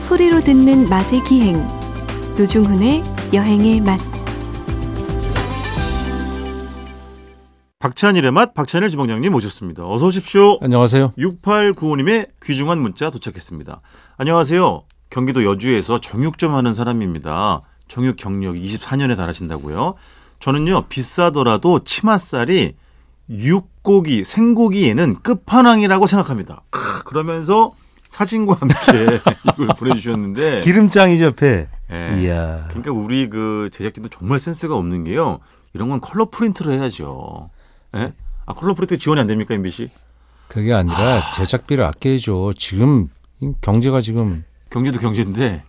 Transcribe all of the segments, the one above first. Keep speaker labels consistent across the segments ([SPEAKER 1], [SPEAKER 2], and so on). [SPEAKER 1] 소리로 듣는 맛의 기행 노중훈의 여행의 맛
[SPEAKER 2] 박찬일의 맛 박찬일 주방장님 모셨습니다. 어서 오십시오.
[SPEAKER 3] 안녕하세요.
[SPEAKER 2] 6895님의 귀중한 문자 도착했습니다. 안녕하세요. 경기도 여주에서 정육점 하는 사람입니다. 정육 경력이 24년에 달하신다고요. 저는요 비싸더라도 치맛살이 육고기 생고기에는 끝판왕이라고 생각합니다. 크, 그러면서 사진과 함께 이걸 보내주셨는데
[SPEAKER 3] 기름장이죠, 배.
[SPEAKER 2] 예.
[SPEAKER 3] 이야.
[SPEAKER 2] 그러니까 우리 그 제작진도 정말 센스가 없는 게요. 이런 건 컬러 프린트를 해야죠. 예? 아 컬러 프린트 지원이 안 됩니까 MBC?
[SPEAKER 3] 그게 아니라 제작비를 아껴야죠. 지금 경제가 지금
[SPEAKER 2] 경제도 경제인데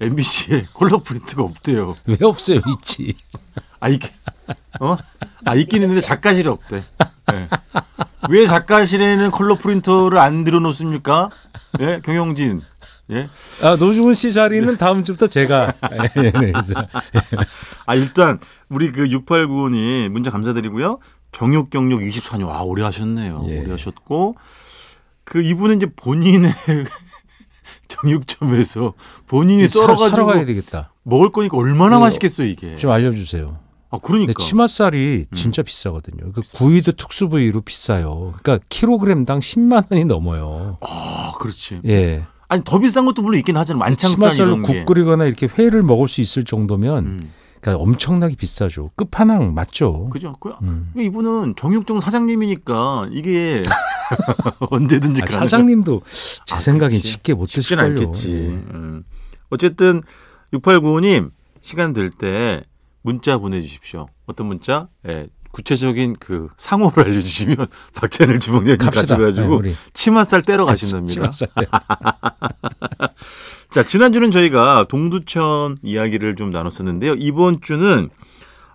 [SPEAKER 2] MBC에 컬러 프린트가 없대요.
[SPEAKER 3] 왜 없어요, 있지.
[SPEAKER 2] 아 있긴 어? 아 있긴 있는데 작가실이 없대. 예. 왜 작가실에는 컬러 프린터를 안 들여놓습니까? 예? 경영진. 예?
[SPEAKER 3] 아, 노중훈 씨 자리는 다음 주부터 제가. 예, 네, 그래서.
[SPEAKER 2] 아 일단 우리 그 6895님 문자 감사드리고요. 정육 경력 24년. 아 오래 하셨네요.
[SPEAKER 3] 예.
[SPEAKER 2] 오래 하셨고 그 이분은 이제 본인의 정육점에서 본인이
[SPEAKER 3] 썰어
[SPEAKER 2] 썰어가지고
[SPEAKER 3] 가야 되겠다.
[SPEAKER 2] 먹을 거니까 얼마나
[SPEAKER 3] 네.
[SPEAKER 2] 맛있겠어요 이게.
[SPEAKER 3] 좀 알려주세요.
[SPEAKER 2] 아 그러니까. 음.
[SPEAKER 3] 근데 치맛살이 진짜 비싸거든요. 그 구이도 특수 부위로 비싸요. 그러니까 킬로그램당 10만 원이 넘어요.
[SPEAKER 2] 아 그렇지.
[SPEAKER 3] 예.
[SPEAKER 2] 아니 더 비싼 것도 물론 있긴 하지만 만창살
[SPEAKER 3] 치맛살로
[SPEAKER 2] 이런
[SPEAKER 3] 국
[SPEAKER 2] 게.
[SPEAKER 3] 끓이거나 이렇게 회를 먹을 수 있을 정도면
[SPEAKER 2] 음.
[SPEAKER 3] 그러니까 엄청나게 비싸죠. 끝판왕 맞죠?
[SPEAKER 2] 그죠. 그
[SPEAKER 3] 음.
[SPEAKER 2] 이분은 정육점 사장님이니까 이게 언제든지
[SPEAKER 3] 아,
[SPEAKER 2] 가능한-
[SPEAKER 3] 사장님도 제
[SPEAKER 2] 아,
[SPEAKER 3] 생각엔
[SPEAKER 2] 그치.
[SPEAKER 3] 쉽게 못
[SPEAKER 2] 쉽진
[SPEAKER 3] 드실 걸요. 예.
[SPEAKER 2] 않겠지. 음. 어쨌든 6895님 시간 될 때 문자 보내주십시오. 어떤 문자? 예. 구체적인 그 상호를 알려주시면 박찬일 주방장님
[SPEAKER 3] 갑시다.
[SPEAKER 2] 가셔가지고
[SPEAKER 3] 네, 우리. 아,
[SPEAKER 2] 치맛살 떼러 가신답니다.
[SPEAKER 3] 치맛살 때.
[SPEAKER 2] 아, 자 지난주는 저희가 동두천 이야기를 좀 나눴었는데요. 이번 주는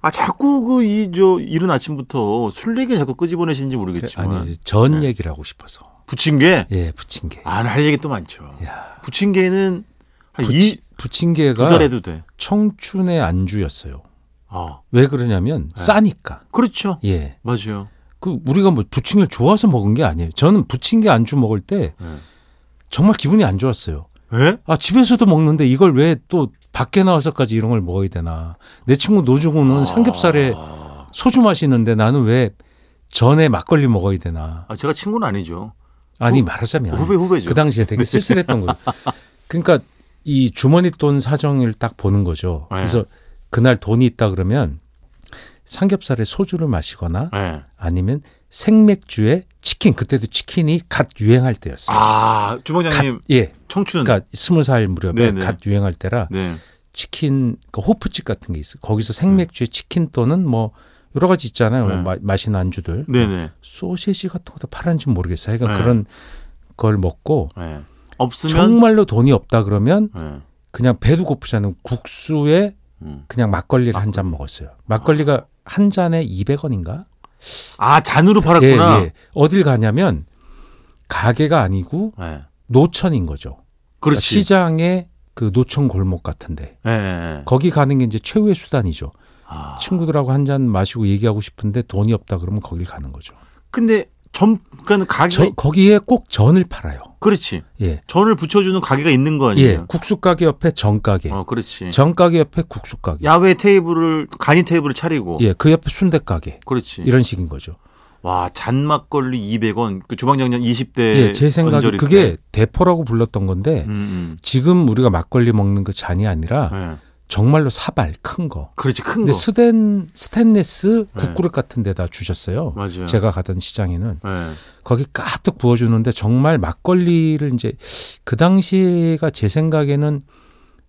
[SPEAKER 2] 아 자꾸 그 이 저 이른 아침부터 술 얘기를 자꾸 끄집어내시는지 모르겠지만
[SPEAKER 3] 그, 아니 전
[SPEAKER 2] 네.
[SPEAKER 3] 얘기를 하고 싶어서.
[SPEAKER 2] 부친 게
[SPEAKER 3] 예, 부침개.
[SPEAKER 2] 안 할 얘기 또 많죠.
[SPEAKER 3] 야,
[SPEAKER 2] 부친 게는 아,
[SPEAKER 3] 부치,
[SPEAKER 2] 한이두
[SPEAKER 3] 부침개가
[SPEAKER 2] 달에도 돼.
[SPEAKER 3] 청춘의 안주였어요.
[SPEAKER 2] 아
[SPEAKER 3] 왜 그러냐면 싸니까.
[SPEAKER 2] 그렇죠.
[SPEAKER 3] 예.
[SPEAKER 2] 맞아요.
[SPEAKER 3] 그 우리가 뭐 부침개를 좋아서 먹은 게 아니에요. 저는 부침개 안주 먹을 때
[SPEAKER 2] 네.
[SPEAKER 3] 정말 기분이 안 좋았어요.
[SPEAKER 2] 예?
[SPEAKER 3] 아, 집에서도 먹는데 이걸 왜 또 밖에 나와서까지 이런 걸 먹어야 되나. 내 친구 노중우는 삼겹살에
[SPEAKER 2] 아,
[SPEAKER 3] 소주 마시는데 나는 왜 전에 막걸리 먹어야 되나.
[SPEAKER 2] 아, 제가 친구는 아니죠.
[SPEAKER 3] 아니
[SPEAKER 2] 후-
[SPEAKER 3] 말하자면
[SPEAKER 2] 그 후배 후배죠.
[SPEAKER 3] 그 당시에 되게 쓸쓸했던 거예요. 그러니까 이 주머니 돈 사정을 딱 보는 거죠.
[SPEAKER 2] 네.
[SPEAKER 3] 그래서 그날 돈이 있다 그러면 삼겹살에 소주를 마시거나
[SPEAKER 2] 예.
[SPEAKER 3] 아니면 생맥주에 치킨 그때도 치킨이 갓 유행할 때였어요.
[SPEAKER 2] 아 주방장님
[SPEAKER 3] 갓, 예,
[SPEAKER 2] 청춘.
[SPEAKER 3] 그러니까 스무 살 무렵에
[SPEAKER 2] 네, 네.
[SPEAKER 3] 갓 유행할 때라
[SPEAKER 2] 네.
[SPEAKER 3] 치킨 그 호프집 같은 게 있어. 요 거기서 생맥주에 치킨 또는 뭐 여러 가지 있잖아요.
[SPEAKER 2] 네.
[SPEAKER 3] 마, 맛있는 안주들.
[SPEAKER 2] 네네.
[SPEAKER 3] 소시지 같은 것도 파란지 모르겠어요. 그러니까
[SPEAKER 2] 네.
[SPEAKER 3] 그런 걸 먹고
[SPEAKER 2] 예. 없으면
[SPEAKER 3] 정말로 돈이 없다 그러면
[SPEAKER 2] 예.
[SPEAKER 3] 그냥 배도 고프지 않은 국수에
[SPEAKER 2] 음.
[SPEAKER 3] 그냥 막걸리를 한 잔 먹었어요. 막걸리가 한 잔에 200원인가? 예,
[SPEAKER 2] 아 잔으로 팔았구나.
[SPEAKER 3] 어딜 가냐면 가게가 아니고
[SPEAKER 2] 예.
[SPEAKER 3] 노천인 거죠. 그러니까
[SPEAKER 2] 그렇지.
[SPEAKER 3] 시장의 그 노천 골목 같은데
[SPEAKER 2] 예, 예. 예.
[SPEAKER 3] 거기 가는 게 이제 최후의 수단이죠.
[SPEAKER 2] 아.
[SPEAKER 3] 친구들하고 한 잔 마시고 얘기하고 싶은데 돈이 없다 그러면 거길 가는 거죠.
[SPEAKER 2] 근데 점 그러니까 가게
[SPEAKER 3] 저- 거기에 꼭 전을 팔아요.
[SPEAKER 2] 그렇지.
[SPEAKER 3] 예.
[SPEAKER 2] 전을 붙여주는 가게가 있는 거
[SPEAKER 3] 예.
[SPEAKER 2] 아니에요?
[SPEAKER 3] 국수 가게 옆에 전 가게.
[SPEAKER 2] 어, 그렇지.
[SPEAKER 3] 전 가게 옆에 국수 가게.
[SPEAKER 2] 야외 테이블을 간이 테이블을 차리고.
[SPEAKER 3] 예. 그 옆에 순대 가게.
[SPEAKER 2] 그렇지.
[SPEAKER 3] 이런 식인 거죠.
[SPEAKER 2] 와, 잔막걸리 200원. 그 주방장님 20대
[SPEAKER 3] 예, 제 생각에
[SPEAKER 2] 언저리
[SPEAKER 3] 그게 대포라고 불렀던 건데
[SPEAKER 2] 때. 음,
[SPEAKER 3] 지금 우리가 막걸리 먹는 그 잔이 아니라
[SPEAKER 2] 음. 예.
[SPEAKER 3] 정말로 사발 큰 거.
[SPEAKER 2] 그렇지. 큰
[SPEAKER 3] 근데
[SPEAKER 2] 거.
[SPEAKER 3] 스탠 스탠레스
[SPEAKER 2] 네.
[SPEAKER 3] 국그릇 같은 데다 주셨어요.
[SPEAKER 2] 맞아요.
[SPEAKER 3] 제가 가던 시장에는
[SPEAKER 2] 예.
[SPEAKER 3] 거기 가득 부어 주는데 정말 막걸리를 이제 그 당시가 제 생각에는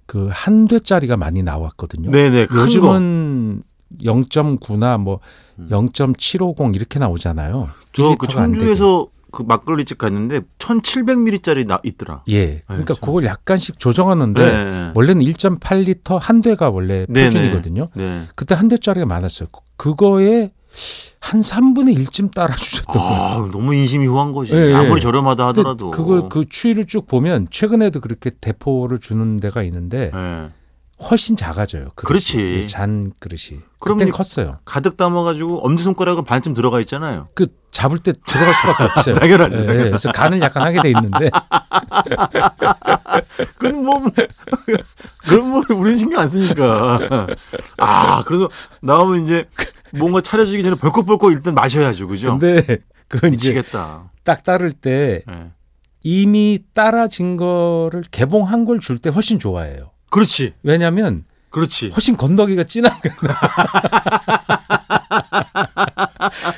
[SPEAKER 3] 그 한 대짜리가 많이 나왔거든요.
[SPEAKER 2] 네, 네. 큰 거.
[SPEAKER 3] 요즘은 0.9나 뭐
[SPEAKER 2] 음.
[SPEAKER 3] 0.750 이렇게 나오잖아요.
[SPEAKER 2] 저그
[SPEAKER 3] 1L가 안 되게.
[SPEAKER 2] 청주에서 그 막걸리집 갔는데 1,700ml짜리 나 있더라.
[SPEAKER 3] 예. 그러니까
[SPEAKER 2] 참.
[SPEAKER 3] 그걸 약간씩 조정하는데
[SPEAKER 2] 네.
[SPEAKER 3] 원래는 1.8리터 한 대가 원래
[SPEAKER 2] 네,
[SPEAKER 3] 표준이거든요.
[SPEAKER 2] 네.
[SPEAKER 3] 그때 한 대짜리가 많았어요. 그- 그거에 한 3분의 1쯤 따라주셨던 거예요.
[SPEAKER 2] 아, 너무 인심이 후한 거지.
[SPEAKER 3] 예, 예.
[SPEAKER 2] 아무리 저렴하다
[SPEAKER 3] 근데 그
[SPEAKER 2] 하더라도.
[SPEAKER 3] 그걸 그 추이를 쭉 보면 최근에도 그렇게 대포를 주는 데가 있는데
[SPEAKER 2] 예.
[SPEAKER 3] 훨씬 작아져요. 그릇이.
[SPEAKER 2] 그렇지.
[SPEAKER 3] 이잔 그릇이.
[SPEAKER 2] 그럼
[SPEAKER 3] 그땐
[SPEAKER 2] 이-
[SPEAKER 3] 컸어요.
[SPEAKER 2] 가득 담아가지고 엄지손가락은 반쯤 들어가 있잖아요.
[SPEAKER 3] 그 잡을 때 들어갈 수밖에 없어요.
[SPEAKER 2] 당연하죠,
[SPEAKER 3] 예, 예.
[SPEAKER 2] 당연하죠.
[SPEAKER 3] 그래서 간을 약간 하게 돼 있는데
[SPEAKER 2] 그건 뭐, 그건 뭐, 우리는 신경 안 쓰니까. 아, 그래서 나오면 이제 뭔가 차려주기 전에 벌컥벌컥 일단 마셔야죠. 그죠?
[SPEAKER 3] 근데 그건 이제
[SPEAKER 2] 미치겠다.
[SPEAKER 3] 딱 따를 때
[SPEAKER 2] 예.
[SPEAKER 3] 이미 따라진 거를 개봉한 걸 줄 때 훨씬 좋아해요.
[SPEAKER 2] 그렇지.
[SPEAKER 3] 왜냐하면
[SPEAKER 2] 그렇지.
[SPEAKER 3] 훨씬 건더기가 진한 거야.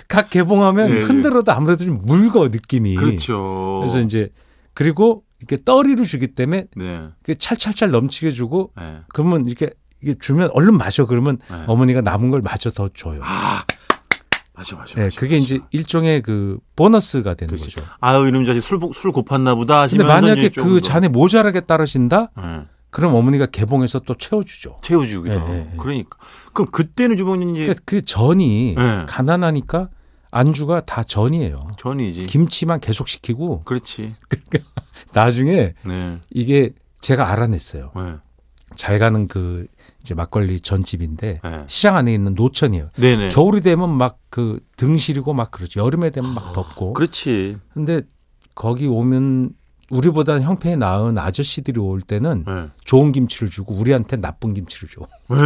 [SPEAKER 3] 각 개봉하면
[SPEAKER 2] 예, 예.
[SPEAKER 3] 흔들어도 아무래도 좀 묽어 느낌이.
[SPEAKER 2] 그렇죠.
[SPEAKER 3] 그래서 이제 그리고 이렇게 떠리로 주기 때문에
[SPEAKER 2] 네.
[SPEAKER 3] 그 찰찰찰 넘치게 주고
[SPEAKER 2] 예.
[SPEAKER 3] 그러면 이렇게 이게 주면 얼른 마셔 그러면
[SPEAKER 2] 네.
[SPEAKER 3] 어머니가 남은 걸 마저 더 줘요.
[SPEAKER 2] 아, 맞아, 맞아.
[SPEAKER 3] 예,
[SPEAKER 2] 맞아,
[SPEAKER 3] 그게
[SPEAKER 2] 맞아.
[SPEAKER 3] 이제 일종의 그 보너스가 되는
[SPEAKER 2] 그치.
[SPEAKER 3] 거죠.
[SPEAKER 2] 아유, 이놈 자식 술, 복- 술 고팠나 보다
[SPEAKER 3] 근데
[SPEAKER 2] 하시면서.
[SPEAKER 3] 만약에
[SPEAKER 2] 그렇죠. 이제 조금
[SPEAKER 3] 그
[SPEAKER 2] 더-
[SPEAKER 3] 잔에 모자라게 따르신다?
[SPEAKER 2] 예.
[SPEAKER 3] 그럼 어머니가 개봉해서 또 채워주죠.
[SPEAKER 2] 채워주기도
[SPEAKER 3] 예,
[SPEAKER 2] 하고.
[SPEAKER 3] 예, 예.
[SPEAKER 2] 그러니까. 그럼 그때는 주방님 이제
[SPEAKER 3] 그러니까 그 전이
[SPEAKER 2] 네.
[SPEAKER 3] 가난하니까 안주가 다 전이에요.
[SPEAKER 2] 전이지.
[SPEAKER 3] 김치만 계속 시키고
[SPEAKER 2] 그렇지.
[SPEAKER 3] 나중에
[SPEAKER 2] 네.
[SPEAKER 3] 이게 제가 알아냈어요.
[SPEAKER 2] 네.
[SPEAKER 3] 잘 가는 그 이제 막걸리 전집인데
[SPEAKER 2] 네.
[SPEAKER 3] 시장 안에 있는 노천이에요.
[SPEAKER 2] 네네.
[SPEAKER 3] 겨울이 되면 막 그 등시리고 막 그러죠. 여름에 되면 막 덥고.
[SPEAKER 2] 아, 그렇지.
[SPEAKER 3] 근데 거기 오면 우리보다 형편이 나은 아저씨들이 올 때는
[SPEAKER 2] 네.
[SPEAKER 3] 좋은 김치를 주고 우리한테 나쁜 김치를 줘.
[SPEAKER 2] 왜?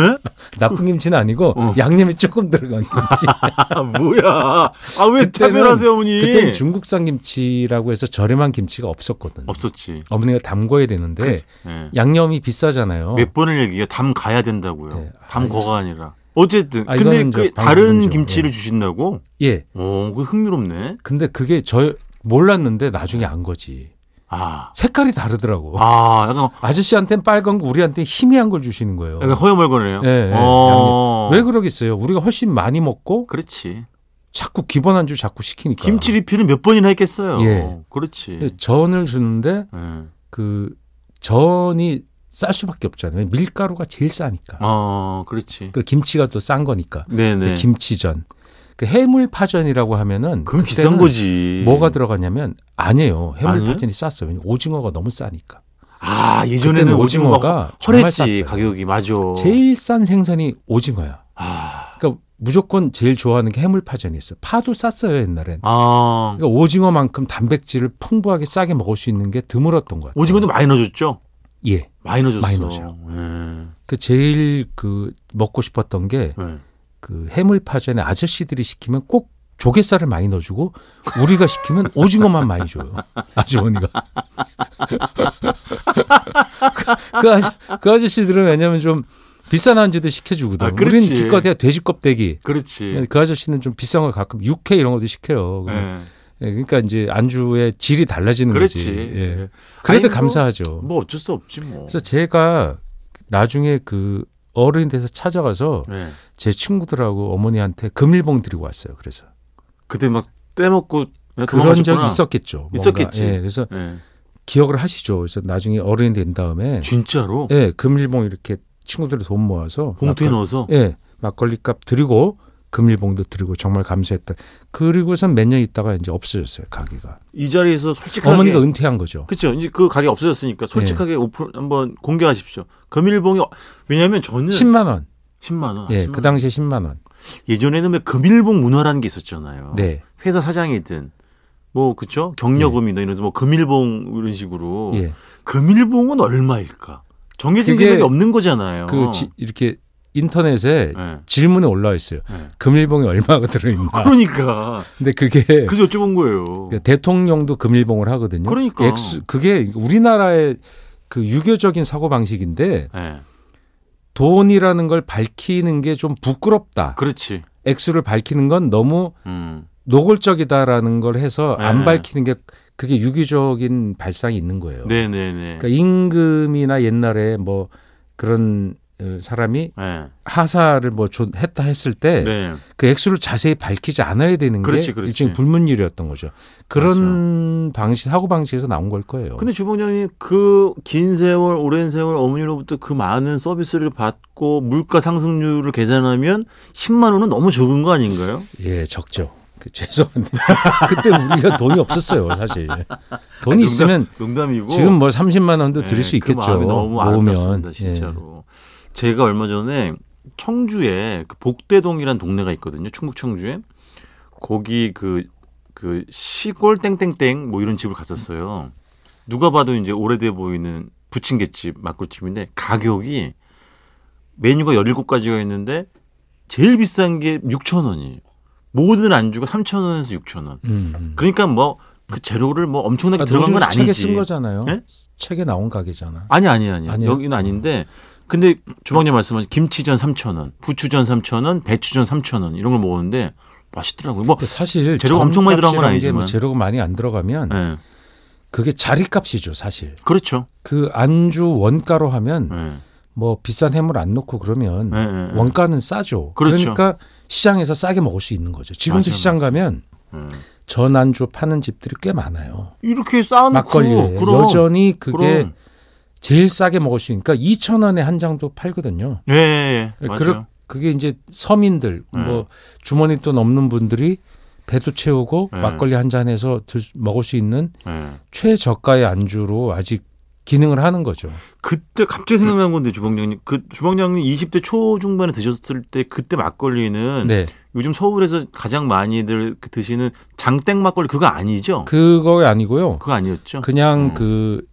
[SPEAKER 3] 나쁜 김치는 아니고
[SPEAKER 2] 어.
[SPEAKER 3] 양념이 조금 들어간 김치.
[SPEAKER 2] 아, 뭐야. 아, 왜
[SPEAKER 3] 그때는-
[SPEAKER 2] 차별하세요, 어머니?
[SPEAKER 3] 그때는 중국산 김치라고 해서 저렴한 김치가 없었거든요.
[SPEAKER 2] 없었지.
[SPEAKER 3] 어머니가 담궈야 되는데
[SPEAKER 2] 그렇지. 예.
[SPEAKER 3] 양념이 비싸잖아요.
[SPEAKER 2] 몇 번을 얘기해. 담 가야 된다고요.
[SPEAKER 3] 어. 네.
[SPEAKER 2] 담
[SPEAKER 3] 아,
[SPEAKER 2] 거가 아니라. 어쨌든.
[SPEAKER 3] 아,
[SPEAKER 2] 근데
[SPEAKER 3] 이거는
[SPEAKER 2] 그
[SPEAKER 3] 이제
[SPEAKER 2] 다른
[SPEAKER 3] 방법이죠.
[SPEAKER 2] 김치를 주신다고?
[SPEAKER 3] 예.
[SPEAKER 2] 오, 그 흥미롭네.
[SPEAKER 3] 근데 그게 저 몰랐는데 나중에 안 거지.
[SPEAKER 2] 아.
[SPEAKER 3] 색깔이 다르더라고.
[SPEAKER 2] 아,
[SPEAKER 3] 어.
[SPEAKER 2] 약간,
[SPEAKER 3] 아저씨한테는 빨간 거 우리한테 희미한 걸 주시는 거예요.
[SPEAKER 2] 약간 허여멀거네요.
[SPEAKER 3] 예, 예,
[SPEAKER 2] 그러니까 어.
[SPEAKER 3] 왜 그러겠어요? 우리가 훨씬 많이 먹고
[SPEAKER 2] 그렇지.
[SPEAKER 3] 자꾸 기본 안주 자꾸 시키니까.
[SPEAKER 2] 김치 리필은 몇 번이나 했겠어요.
[SPEAKER 3] 그러니까. 예.
[SPEAKER 2] 그렇지.
[SPEAKER 3] 예, 전을 주는데
[SPEAKER 2] 예.
[SPEAKER 3] 그 전이 쌀 수밖에 없잖아요. 밀가루가 제일 싸니까.
[SPEAKER 2] 어, 그렇지.
[SPEAKER 3] 그 김치가 또 싼 거니까.
[SPEAKER 2] 네네.
[SPEAKER 3] 그 김치전. 그 해물파전이라고 하면은
[SPEAKER 2] 그럼
[SPEAKER 3] 그때는
[SPEAKER 2] 비싼 거지.
[SPEAKER 3] 뭐가 들어가냐면 아니에요. 해물파전이
[SPEAKER 2] 아니에요?
[SPEAKER 3] 쌌어요. 왜냐면 오징어가 너무 싸니까.
[SPEAKER 2] 아, 예전에는
[SPEAKER 3] 그때는
[SPEAKER 2] 오징어가,
[SPEAKER 3] 오징어가 정말
[SPEAKER 2] 허랬지,
[SPEAKER 3] 쌌어요.
[SPEAKER 2] 가격이. 맞아.
[SPEAKER 3] 제일 싼 생선이 오징어야.
[SPEAKER 2] 아,
[SPEAKER 3] 그러니까 무조건 제일 좋아하는 게 해물파전이었어요. 파도 쌌어요 옛날엔.
[SPEAKER 2] 아,
[SPEAKER 3] 그러니까 오징어만큼 단백질을 풍부하게 싸게 먹을 수 있는 게 드물었던 것 같아요.
[SPEAKER 2] 오징어도 많이 넣어줬죠?
[SPEAKER 3] 예.
[SPEAKER 2] 많이 넣어줬어.
[SPEAKER 3] 많이 넣어줘요.
[SPEAKER 2] 예.
[SPEAKER 3] 그 제일 그 먹고 싶었던 게 그
[SPEAKER 2] 예.
[SPEAKER 3] 해물파전에 아저씨들이 시키면 꼭 조갯살을 많이 넣어주고 우리가 시키면 오징어만 많이 줘요. 아주머니가. 그, 그 아저, 그 아저씨들은 왜냐면 좀 비싼 안주도 시켜주거든.
[SPEAKER 2] 아,
[SPEAKER 3] 요
[SPEAKER 2] 그렇지.
[SPEAKER 3] 우린 기껏해야 돼지 껍데기.
[SPEAKER 2] 그렇지.
[SPEAKER 3] 그 아저씨는 좀 비싼 걸 가끔 육회 이런 것도 시켜요.
[SPEAKER 2] 예.
[SPEAKER 3] 예, 그러니까 이제 안주의 질이 달라지는
[SPEAKER 2] 그렇지.
[SPEAKER 3] 거지.
[SPEAKER 2] 예.
[SPEAKER 3] 예. 그래도
[SPEAKER 2] 아니, 뭐,
[SPEAKER 3] 감사하죠.
[SPEAKER 2] 뭐 어쩔 수 없지 뭐.
[SPEAKER 3] 그래서 제가 나중에 그 어른이 돼서 찾아가서
[SPEAKER 2] 예.
[SPEAKER 3] 제 친구들하고 어머니한테 금일봉 드리고 왔어요. 그래서
[SPEAKER 2] 그때 막 떼먹고 그냥
[SPEAKER 3] 그런 적이
[SPEAKER 2] 도망가셨구나.
[SPEAKER 3] 있었겠죠. 뭔가.
[SPEAKER 2] 있었겠지.
[SPEAKER 3] 예, 그래서
[SPEAKER 2] 예.
[SPEAKER 3] 기억을 하시죠. 그래서 나중에 어른이 된 다음에
[SPEAKER 2] 진짜로
[SPEAKER 3] 예, 금일봉 이렇게 친구들이 돈 모아서
[SPEAKER 2] 봉투에
[SPEAKER 3] 막걸-
[SPEAKER 2] 넣어서
[SPEAKER 3] 예, 막걸리값 드리고 금일봉도 드리고 정말 감사했다. 그리고선 몇 년 있다가 이제 없어졌어요 가게가.
[SPEAKER 2] 이 자리에서 솔직하게
[SPEAKER 3] 어머니가 예. 은퇴한 거죠.
[SPEAKER 2] 그렇죠. 이제 그 가게 없어졌으니까 솔직하게 오픈 한번 공개하십시오. 금일봉이 어- 왜냐하면 저는 아,
[SPEAKER 3] 10만 원.
[SPEAKER 2] 10, 만 원,
[SPEAKER 3] 예,
[SPEAKER 2] 10만
[SPEAKER 3] 그 당시에 10만 원.
[SPEAKER 2] 예전에는 왜 금일봉 문화라는 게 있었잖아요.
[SPEAKER 3] 네.
[SPEAKER 2] 회사 사장이든 뭐 그쵸 경력금이나 이런 뭐 금일봉 이런 식으로
[SPEAKER 3] 예.
[SPEAKER 2] 금일봉은 얼마일까 정해진
[SPEAKER 3] 그게
[SPEAKER 2] 금액이 없는 거잖아요.
[SPEAKER 3] 그 지- 아. 이렇게 인터넷에
[SPEAKER 2] 예,
[SPEAKER 3] 질문이 올라와 있어요.
[SPEAKER 2] 예.
[SPEAKER 3] 금일봉에 얼마가 들어있나.
[SPEAKER 2] 그러니까
[SPEAKER 3] 근데 그게
[SPEAKER 2] 그래서 여쭤본 거예요.
[SPEAKER 3] 예. 그 대통령도 금일봉을 하거든요.
[SPEAKER 2] 그러니까.
[SPEAKER 3] 액수- 그게 우리나라의 그 유교적인 사고 방식인데
[SPEAKER 2] 예,
[SPEAKER 3] 돈이라는 걸 밝히는 게 좀 부끄럽다.
[SPEAKER 2] 그렇지.
[SPEAKER 3] 액수를 밝히는 건 너무
[SPEAKER 2] 음,
[SPEAKER 3] 노골적이다라는 걸 해서 안
[SPEAKER 2] 네.
[SPEAKER 3] 밝히는 게 그게 유교적인 발상이 있는 거예요.
[SPEAKER 2] 네네네.
[SPEAKER 3] 그러니까 임금이나 옛날에 뭐 그런 어, 사람이
[SPEAKER 2] 예,
[SPEAKER 3] 하사를 뭐 줬- 했다 했을 때 그
[SPEAKER 2] 네.
[SPEAKER 3] 액수를 자세히 밝히지 않아야 되는 게
[SPEAKER 2] 그렇지, 그렇지.
[SPEAKER 3] 일종의 불문율이었던 거죠. 그런 방식 사고 방식에서 나온 걸 거예요.
[SPEAKER 2] 근데 주방장님 그 긴 세월 오랜 세월 어머니로부터 그 많은 서비스를 받고 물가 상승률을 계산하면 10만 원은 너무 적은 거 아닌가요?
[SPEAKER 3] 예, 적죠. 그, 죄송한데 그때 우리가 돈이 없었어요, 사실. 돈이 있으면
[SPEAKER 2] 농담, 농담이고
[SPEAKER 3] 지금 뭐 30만 원도 드릴
[SPEAKER 2] 예,
[SPEAKER 3] 수
[SPEAKER 2] 그
[SPEAKER 3] 있겠죠.
[SPEAKER 2] 마음이 너무
[SPEAKER 3] 모으면 예.
[SPEAKER 2] 아름답습니다, 진짜로. 제가 얼마 전에 청주에 그 복대동이라는 동네가 있거든요. 충북 청주에. 거기 그, 그 시골 땡땡땡 뭐 이런 집을 갔었어요. 누가 봐도 이제 오래돼 보이는 부침개집, 막골집인데 가격이 메뉴가 17가지가 있는데 제일 비싼 게 6,000원이에요. 모든 안주가 3,000원에서 6,000원.
[SPEAKER 3] 음, 음.
[SPEAKER 2] 그러니까 뭐 그 재료를 뭐 엄청나게
[SPEAKER 3] 그러니까
[SPEAKER 2] 들어간 건
[SPEAKER 3] 노중수 책에
[SPEAKER 2] 아니지.
[SPEAKER 3] 쓴 거잖아요.
[SPEAKER 2] 예?
[SPEAKER 3] 책에 나온 가게잖아.
[SPEAKER 2] 아니 아니 아니.
[SPEAKER 3] 아니에요?
[SPEAKER 2] 여기는 아닌데 근데 주방님 말씀하신 김치전 3,000원, 부추전 3,000원, 배추전 3,000원 이런 걸 먹었는데 맛있더라고요. 뭐
[SPEAKER 3] 근데 사실
[SPEAKER 2] 재료가 엄청 많이 들어간 건
[SPEAKER 3] 전값이라는 게뭐
[SPEAKER 2] 아니지만.
[SPEAKER 3] 재료가 많이 안 들어가면
[SPEAKER 2] 예.
[SPEAKER 3] 그게 자리값이죠, 사실.
[SPEAKER 2] 그렇죠.
[SPEAKER 3] 그 안주 원가로 하면
[SPEAKER 2] 예.
[SPEAKER 3] 뭐 비싼 해물 안 넣고 그러면
[SPEAKER 2] 예, 예, 예.
[SPEAKER 3] 원가는 싸죠.
[SPEAKER 2] 그렇죠.
[SPEAKER 3] 러니까 시장에서 싸게 먹을 수 있는 거죠. 지금도
[SPEAKER 2] 맞아요,
[SPEAKER 3] 시장 가면
[SPEAKER 2] 예.
[SPEAKER 3] 전 안주 파는 집들이 꽤 많아요.
[SPEAKER 2] 이렇게 쌓아놓고
[SPEAKER 3] 막걸리에
[SPEAKER 2] 그럼
[SPEAKER 3] 여전히 그게
[SPEAKER 2] 그럼.
[SPEAKER 3] 제일 싸게 먹을 수 있으니까 2천 원에 한 장도 팔거든요.
[SPEAKER 2] 예, 예, 예. 맞아요.
[SPEAKER 3] 그러- 그게 이제 서민들
[SPEAKER 2] 네.
[SPEAKER 3] 뭐 주머니 돈 없는 분들이 배도 채우고
[SPEAKER 2] 네.
[SPEAKER 3] 막걸리 한 잔에서 들- 먹을 수 있는
[SPEAKER 2] 예.
[SPEAKER 3] 최저가의 안주로 아직 기능을 하는 거죠.
[SPEAKER 2] 그때 갑자기 생각난 건데 주방장님 그 주방장님 20대 초 중반에 드셨을 때 그때 막걸리는
[SPEAKER 3] 네,
[SPEAKER 2] 요즘 서울에서 가장 많이들 그 드시는 장땡 막걸리 그거 아니죠? 그,
[SPEAKER 3] 그거 아니고요.
[SPEAKER 2] 거 아니었죠?
[SPEAKER 3] 그냥
[SPEAKER 2] 어.
[SPEAKER 3] 그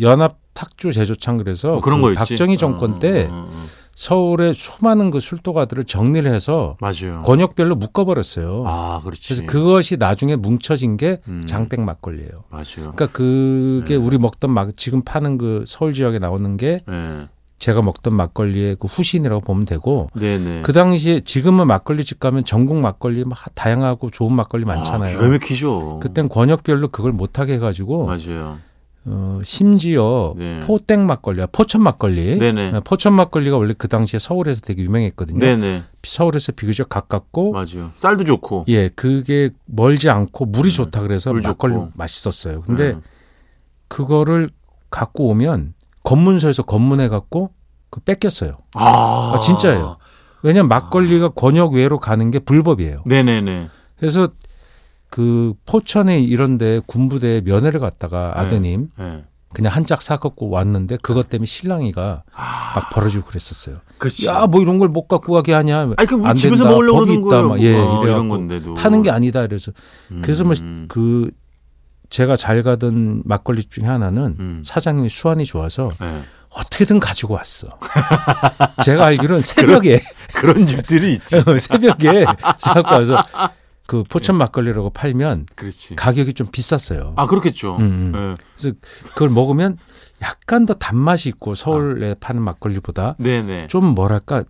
[SPEAKER 3] 연합 탁주 제조창 그래서
[SPEAKER 2] 뭐 그런
[SPEAKER 3] 그
[SPEAKER 2] 거였지.
[SPEAKER 3] 박정희 정권
[SPEAKER 2] 어,
[SPEAKER 3] 때
[SPEAKER 2] 어, 어, 어.
[SPEAKER 3] 서울의 수많은 그 술도가들을 정리를 해서
[SPEAKER 2] 맞아요.
[SPEAKER 3] 권역별로 묶어버렸어요.
[SPEAKER 2] 음. 아, 그렇지.
[SPEAKER 3] 그래서 그것이 나중에 뭉쳐진 게
[SPEAKER 2] 음.
[SPEAKER 3] 장땡 막걸리예요.
[SPEAKER 2] 맞아요.
[SPEAKER 3] 그러니까 그게
[SPEAKER 2] 네.
[SPEAKER 3] 우리 먹던 막 지금 파는 그 서울 지역에 나오는 게
[SPEAKER 2] 예.
[SPEAKER 3] 제가 먹던 막걸리의 그 후신이라고 보면 되고
[SPEAKER 2] 네, 네.
[SPEAKER 3] 그 당시에 지금은 막걸리 집 가면 전국 막걸리 막 다양하고 좋은 막걸리
[SPEAKER 2] 아, 기가
[SPEAKER 3] 많잖아요.
[SPEAKER 2] 막히죠.
[SPEAKER 3] 그땐 권역별로 그걸 못하게 해가지고
[SPEAKER 2] 맞아요.
[SPEAKER 3] 어, 심지어
[SPEAKER 2] 네.
[SPEAKER 3] 포땡 막걸리와 아, 포천 막걸리
[SPEAKER 2] 네네.
[SPEAKER 3] 어, 포천 막걸리가 원래 그 당시에 서울에서 되게 유명했거든요. 어?
[SPEAKER 2] 네, 네.
[SPEAKER 3] 서울에서 비교적 가깝고
[SPEAKER 2] 맞아요. 쌀도 좋고.
[SPEAKER 3] 예 그게 멀지 않고 물이
[SPEAKER 2] 네.
[SPEAKER 3] 좋다 그래서
[SPEAKER 2] 물
[SPEAKER 3] 막걸리
[SPEAKER 2] 좋고.
[SPEAKER 3] 맛있었어요. 근데
[SPEAKER 2] 네.
[SPEAKER 3] 그거를 갖고 오면 검문소에서 검문해 갖고 그 뺏겼어요.
[SPEAKER 2] 아,
[SPEAKER 3] 아, 진짜예요. 왜냐면 막걸리가 권역 외로 가는 게 불법이에요.
[SPEAKER 2] 네, 네, 네.
[SPEAKER 3] 그래서 그 포천에 이런데 군부대에 면회를 갔다가 아드님
[SPEAKER 2] 예.
[SPEAKER 3] 그냥 한 짝 사갖고 왔는데 그것 때문에 신랑이가
[SPEAKER 2] 아,
[SPEAKER 3] 막 벌어지고 그랬어요.
[SPEAKER 2] 그렇지.
[SPEAKER 3] 야 뭐 이런 걸 못 갖고 가게 하냐.
[SPEAKER 2] 아니, 그 우리
[SPEAKER 3] 안
[SPEAKER 2] 집에서
[SPEAKER 3] 된다.
[SPEAKER 2] 먹으려고
[SPEAKER 3] 법이
[SPEAKER 2] 그러는
[SPEAKER 3] 있다,
[SPEAKER 2] 거예요.
[SPEAKER 3] 막. 예,
[SPEAKER 2] 뭐. 아,
[SPEAKER 3] 이래갖고
[SPEAKER 2] 이런 건데도.
[SPEAKER 3] 파는 게 아니다. 그래서
[SPEAKER 2] 음,
[SPEAKER 3] 그래서 뭐
[SPEAKER 2] 음,
[SPEAKER 3] 그 제가 잘 가던 막걸리 중에 하나는
[SPEAKER 2] 음.
[SPEAKER 3] 사장님이 수완이 좋아서
[SPEAKER 2] 예.
[SPEAKER 3] 어떻게든 가지고 왔어. 제가 알기로는 새벽에
[SPEAKER 2] 그런 집들이 있지.
[SPEAKER 3] 새벽에 갖고 와서 그 포천 막걸리라고 팔면
[SPEAKER 2] 그렇지.
[SPEAKER 3] 가격이 좀 비쌌어요.
[SPEAKER 2] 예. 아, 그렇겠죠.
[SPEAKER 3] 음, 음.
[SPEAKER 2] 예.
[SPEAKER 3] 그래서 그걸 먹으면 약간 더 단맛이 있고 서울에 파는 막걸리보다
[SPEAKER 2] 네, 아. 네.
[SPEAKER 3] 좀 뭐랄까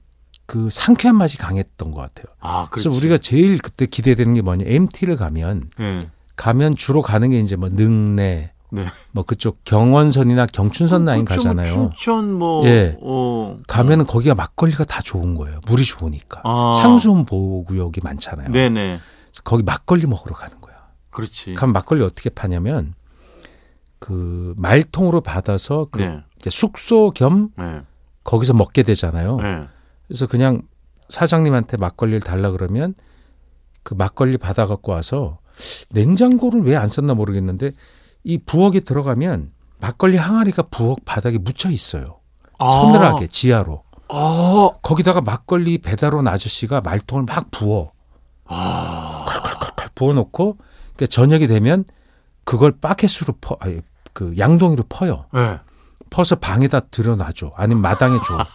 [SPEAKER 3] 그 상쾌한 맛이 강했던 것 같아요.
[SPEAKER 2] 아,
[SPEAKER 3] 그래서
[SPEAKER 2] 그렇지.
[SPEAKER 3] 우리가 제일 그때 기대되는 게 뭐냐? MT를 가면
[SPEAKER 2] 예.
[SPEAKER 3] 가면 주로 가는 게 이제 뭐 능내
[SPEAKER 2] 네.
[SPEAKER 3] 뭐 그쪽 경원선이나 경춘선 라인
[SPEAKER 2] 그렇죠. 뭐
[SPEAKER 3] 가잖아요.
[SPEAKER 2] 춘천 뭐
[SPEAKER 3] 예.
[SPEAKER 2] 어.
[SPEAKER 3] 가면은 거기가 막걸리가 다 좋은 거예요. 물이 좋으니까.
[SPEAKER 2] 아.
[SPEAKER 3] 상수원 보호구역이 많잖아요.
[SPEAKER 2] 네, 네.
[SPEAKER 3] 그래서 거기 막걸리 먹으러 가는 거예요.
[SPEAKER 2] 그렇지.
[SPEAKER 3] 그럼 막걸리 어떻게 파냐면 그 말통으로 받아서 그
[SPEAKER 2] 네.
[SPEAKER 3] 이제 숙소 겸
[SPEAKER 2] 네.
[SPEAKER 3] 거기서 먹게 되잖아요.
[SPEAKER 2] 네.
[SPEAKER 3] 그래서 그냥 사장님한테 막걸리를 달라 그러면 그 막걸리 받아 갖고 와서 냉장고를 왜 안 썼나 모르겠는데 이 부엌에 들어가면 막걸리 항아리가 부엌 바닥에 묻혀 있어요. 서늘하게 지하로.
[SPEAKER 2] 아,
[SPEAKER 3] 거기다가 막걸리 배달 온 아저씨가 말통을 막 부어. 컬컬컬컬 부어놓고 그러니까 저녁이 되면 그걸 바켓으로 퍼, 아니, 그 양동이로 퍼요.
[SPEAKER 2] 네.
[SPEAKER 3] 퍼서 방에다 들여놔줘. 아니면 마당에 줘.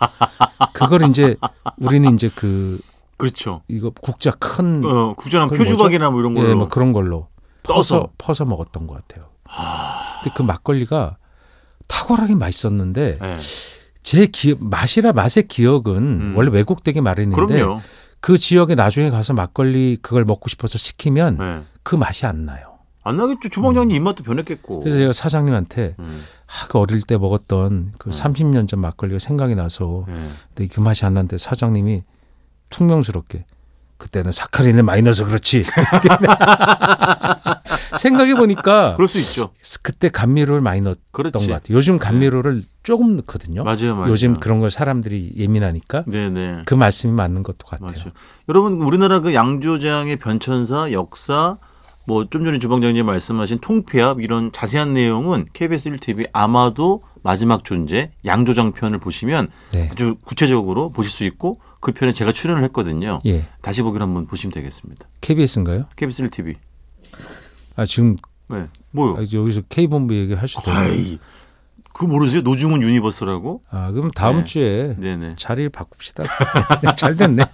[SPEAKER 3] 그걸 이제 우리는 이제 그
[SPEAKER 2] 그렇죠.
[SPEAKER 3] 이거 국자 큰
[SPEAKER 2] 어, 구전한
[SPEAKER 3] 음. 그걸
[SPEAKER 2] 표주박이나 뭐 이런 걸로
[SPEAKER 3] 예, 뭐 그런 걸로
[SPEAKER 2] 떠서.
[SPEAKER 3] 퍼서 퍼서 먹었던 것 같아요. 근데 그 막걸리가 탁월하게 맛있었는데
[SPEAKER 2] 예.
[SPEAKER 3] 제 기, 맛이라 맛의 기억은
[SPEAKER 2] 음.
[SPEAKER 3] 원래 왜곡되게 마련인데
[SPEAKER 2] 그럼요.
[SPEAKER 3] 그 지역에 나중에 가서 막걸리 그걸 먹고 싶어서 시키면
[SPEAKER 2] 예.
[SPEAKER 3] 그 맛이 안 나요.
[SPEAKER 2] 안 나겠죠. 주방장님 입맛도 변했겠고.
[SPEAKER 3] 그래서 제가 사장님한테
[SPEAKER 2] 음,
[SPEAKER 3] 아, 그 어릴 때 먹었던 그
[SPEAKER 2] 음.
[SPEAKER 3] 30년 전 막걸리가 생각이 나서
[SPEAKER 2] 예.
[SPEAKER 3] 근데 그 맛이 안 나는데 사장님이 퉁명스럽게 그때는 사카린을 많이 넣어서 그렇지. 생각해 보니까
[SPEAKER 2] 그럴 수 있죠.
[SPEAKER 3] 그때 감미료를 많이 넣었던
[SPEAKER 2] 그렇지.
[SPEAKER 3] 아,
[SPEAKER 2] 네.
[SPEAKER 3] 것 같아요. 요즘 감미료를 조금 넣거든요.
[SPEAKER 2] 맞아요, 맞아요.
[SPEAKER 3] 요즘 그런 걸 사람들이 예민하니까
[SPEAKER 2] 네네.
[SPEAKER 3] 그 말씀이 맞는 것도 같아요.
[SPEAKER 2] 맞아요. 여러분 우리나라 그 양조장의 변천사 역사 뭐 좀 전에 주방장님 말씀하신 통폐합 이런 자세한 내용은 KBS 1TV 아마도 마지막 존재 양조장 편을 보시면
[SPEAKER 3] 네.
[SPEAKER 2] 아주 구체적으로 보실 수 있고 그 편에 제가 출연을 했거든요.
[SPEAKER 3] 예.
[SPEAKER 2] 다시 보기를 한번 보시면 되겠습니다.
[SPEAKER 3] KBS인가요?
[SPEAKER 2] KBS 1TV.
[SPEAKER 3] 아 지금
[SPEAKER 2] 네. 뭐요?
[SPEAKER 3] 아, 이제 여기서 K본부 얘기하셔도 돼요.
[SPEAKER 2] 아이, 그 모르세요? 노중훈 유니버스라고?
[SPEAKER 3] 아, 그럼 다음
[SPEAKER 2] 네.
[SPEAKER 3] 주에
[SPEAKER 2] 네네.
[SPEAKER 3] 자리를 바꿉시다. 잘 됐네.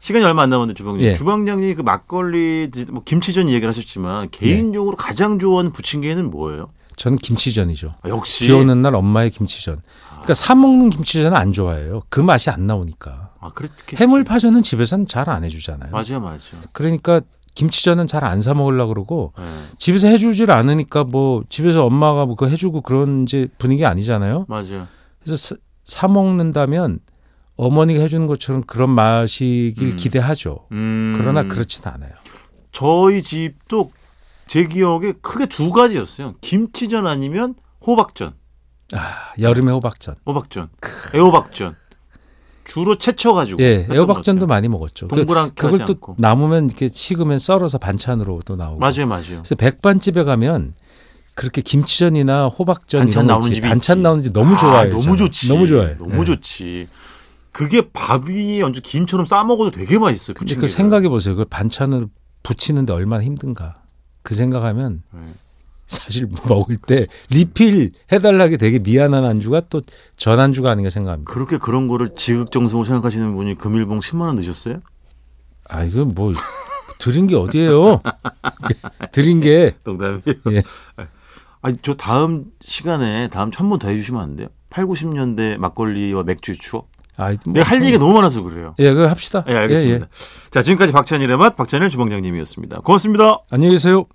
[SPEAKER 2] 시간이 얼마 안 남았는데 주방장님.
[SPEAKER 3] 예.
[SPEAKER 2] 주방장님이 그 막걸리, 뭐 김치전 얘기를
[SPEAKER 3] 예.
[SPEAKER 2] 하셨지만 개인적으로 가장 좋아하는 부침개는 뭐예요?
[SPEAKER 3] 전 김치전이죠.
[SPEAKER 2] 아, 역시.
[SPEAKER 3] 비 오는 날 엄마의 김치전.
[SPEAKER 2] 아.
[SPEAKER 3] 그러니까 사 먹는 김치전은 안 좋아해요. 그 맛이 안 나오니까.
[SPEAKER 2] 아, 그렇게.
[SPEAKER 3] 해물 파전은 집에서는 잘 안 해주잖아요.
[SPEAKER 2] 맞아요, 맞아요.
[SPEAKER 3] 그러니까 김치전은 잘 안 사 먹으려고 그러고
[SPEAKER 2] 네,
[SPEAKER 3] 집에서 해주질 않으니까 뭐 집에서 엄마가 뭐 그거 해주고 그런 이제 분위기 아니잖아요.
[SPEAKER 2] 맞아요.
[SPEAKER 3] 그래서 사, 사 먹는다면 어머니가 해주는 것처럼 그런 맛이길
[SPEAKER 2] 음.
[SPEAKER 3] 기대하죠.
[SPEAKER 2] 음,
[SPEAKER 3] 그러나 그렇진 않아요.
[SPEAKER 2] 저희 집도 제 기억에 크게 두 가지였어요. 김치전 아니면 호박전,
[SPEAKER 3] 아, 여름에 호박전.
[SPEAKER 2] 호박전, 애호박전. 주로 채쳐가지고.
[SPEAKER 3] 예,
[SPEAKER 2] 했던
[SPEAKER 3] 애호박전도
[SPEAKER 2] 것
[SPEAKER 3] 많이 먹었죠.
[SPEAKER 2] 같아요.
[SPEAKER 3] 그,
[SPEAKER 2] 동그랗게
[SPEAKER 3] 그걸
[SPEAKER 2] 하지
[SPEAKER 3] 또
[SPEAKER 2] 않고.
[SPEAKER 3] 남으면 이렇게 식으면 썰어서 반찬으로 또 나오고.
[SPEAKER 2] 맞아요, 맞아요.
[SPEAKER 3] 그래서 백반집에 가면 그렇게 김치전이나 호박전
[SPEAKER 2] 반찬
[SPEAKER 3] 이런 거
[SPEAKER 2] 나오는
[SPEAKER 3] 있지.
[SPEAKER 2] 집이
[SPEAKER 3] 반찬
[SPEAKER 2] 있지.
[SPEAKER 3] 나오는 집 너무
[SPEAKER 2] 아,
[SPEAKER 3] 좋아해요. 예.
[SPEAKER 2] 너무
[SPEAKER 3] 저는.
[SPEAKER 2] 좋지.
[SPEAKER 3] 너무 좋아해. 네.
[SPEAKER 2] 너무 좋지. 그게 밥 위에 얹어 김처럼 싸 먹어도 되게 맛있어요.
[SPEAKER 3] 근데
[SPEAKER 2] 부침개가.
[SPEAKER 3] 그 생각해 보세요. 그걸 반찬으로 붙이는데 얼마나 힘든가. 그 생각하면
[SPEAKER 2] 네.
[SPEAKER 3] 사실 먹을 때 리필 해달라게 되게 미안한 안주가 또 전 안주가 아닌가 생각합니다.
[SPEAKER 2] 그렇게 그런 거를 지극정성으로 생각하시는 분이 금일봉 10만 원 넣으셨어요?
[SPEAKER 3] 아 이건 뭐 드린 게 어디예요? 드린 게
[SPEAKER 2] 농담이에요.
[SPEAKER 3] 예.
[SPEAKER 2] 아니 저 다음 시간에 다음 한 번 더 해주시면 안 돼요? 8, 90년대 막걸리와 맥주 추억.
[SPEAKER 3] 아, 뭐
[SPEAKER 2] 내가 할 얘기가 너무 많아서 그래요.
[SPEAKER 3] 예,
[SPEAKER 2] 네,
[SPEAKER 3] 그거 합시다. 예,
[SPEAKER 2] 예, 알겠습니다. 자 지금까지 박찬일의 맛 박찬일 주방장님이었습니다. 고맙습니다.
[SPEAKER 3] 안녕히 계세요.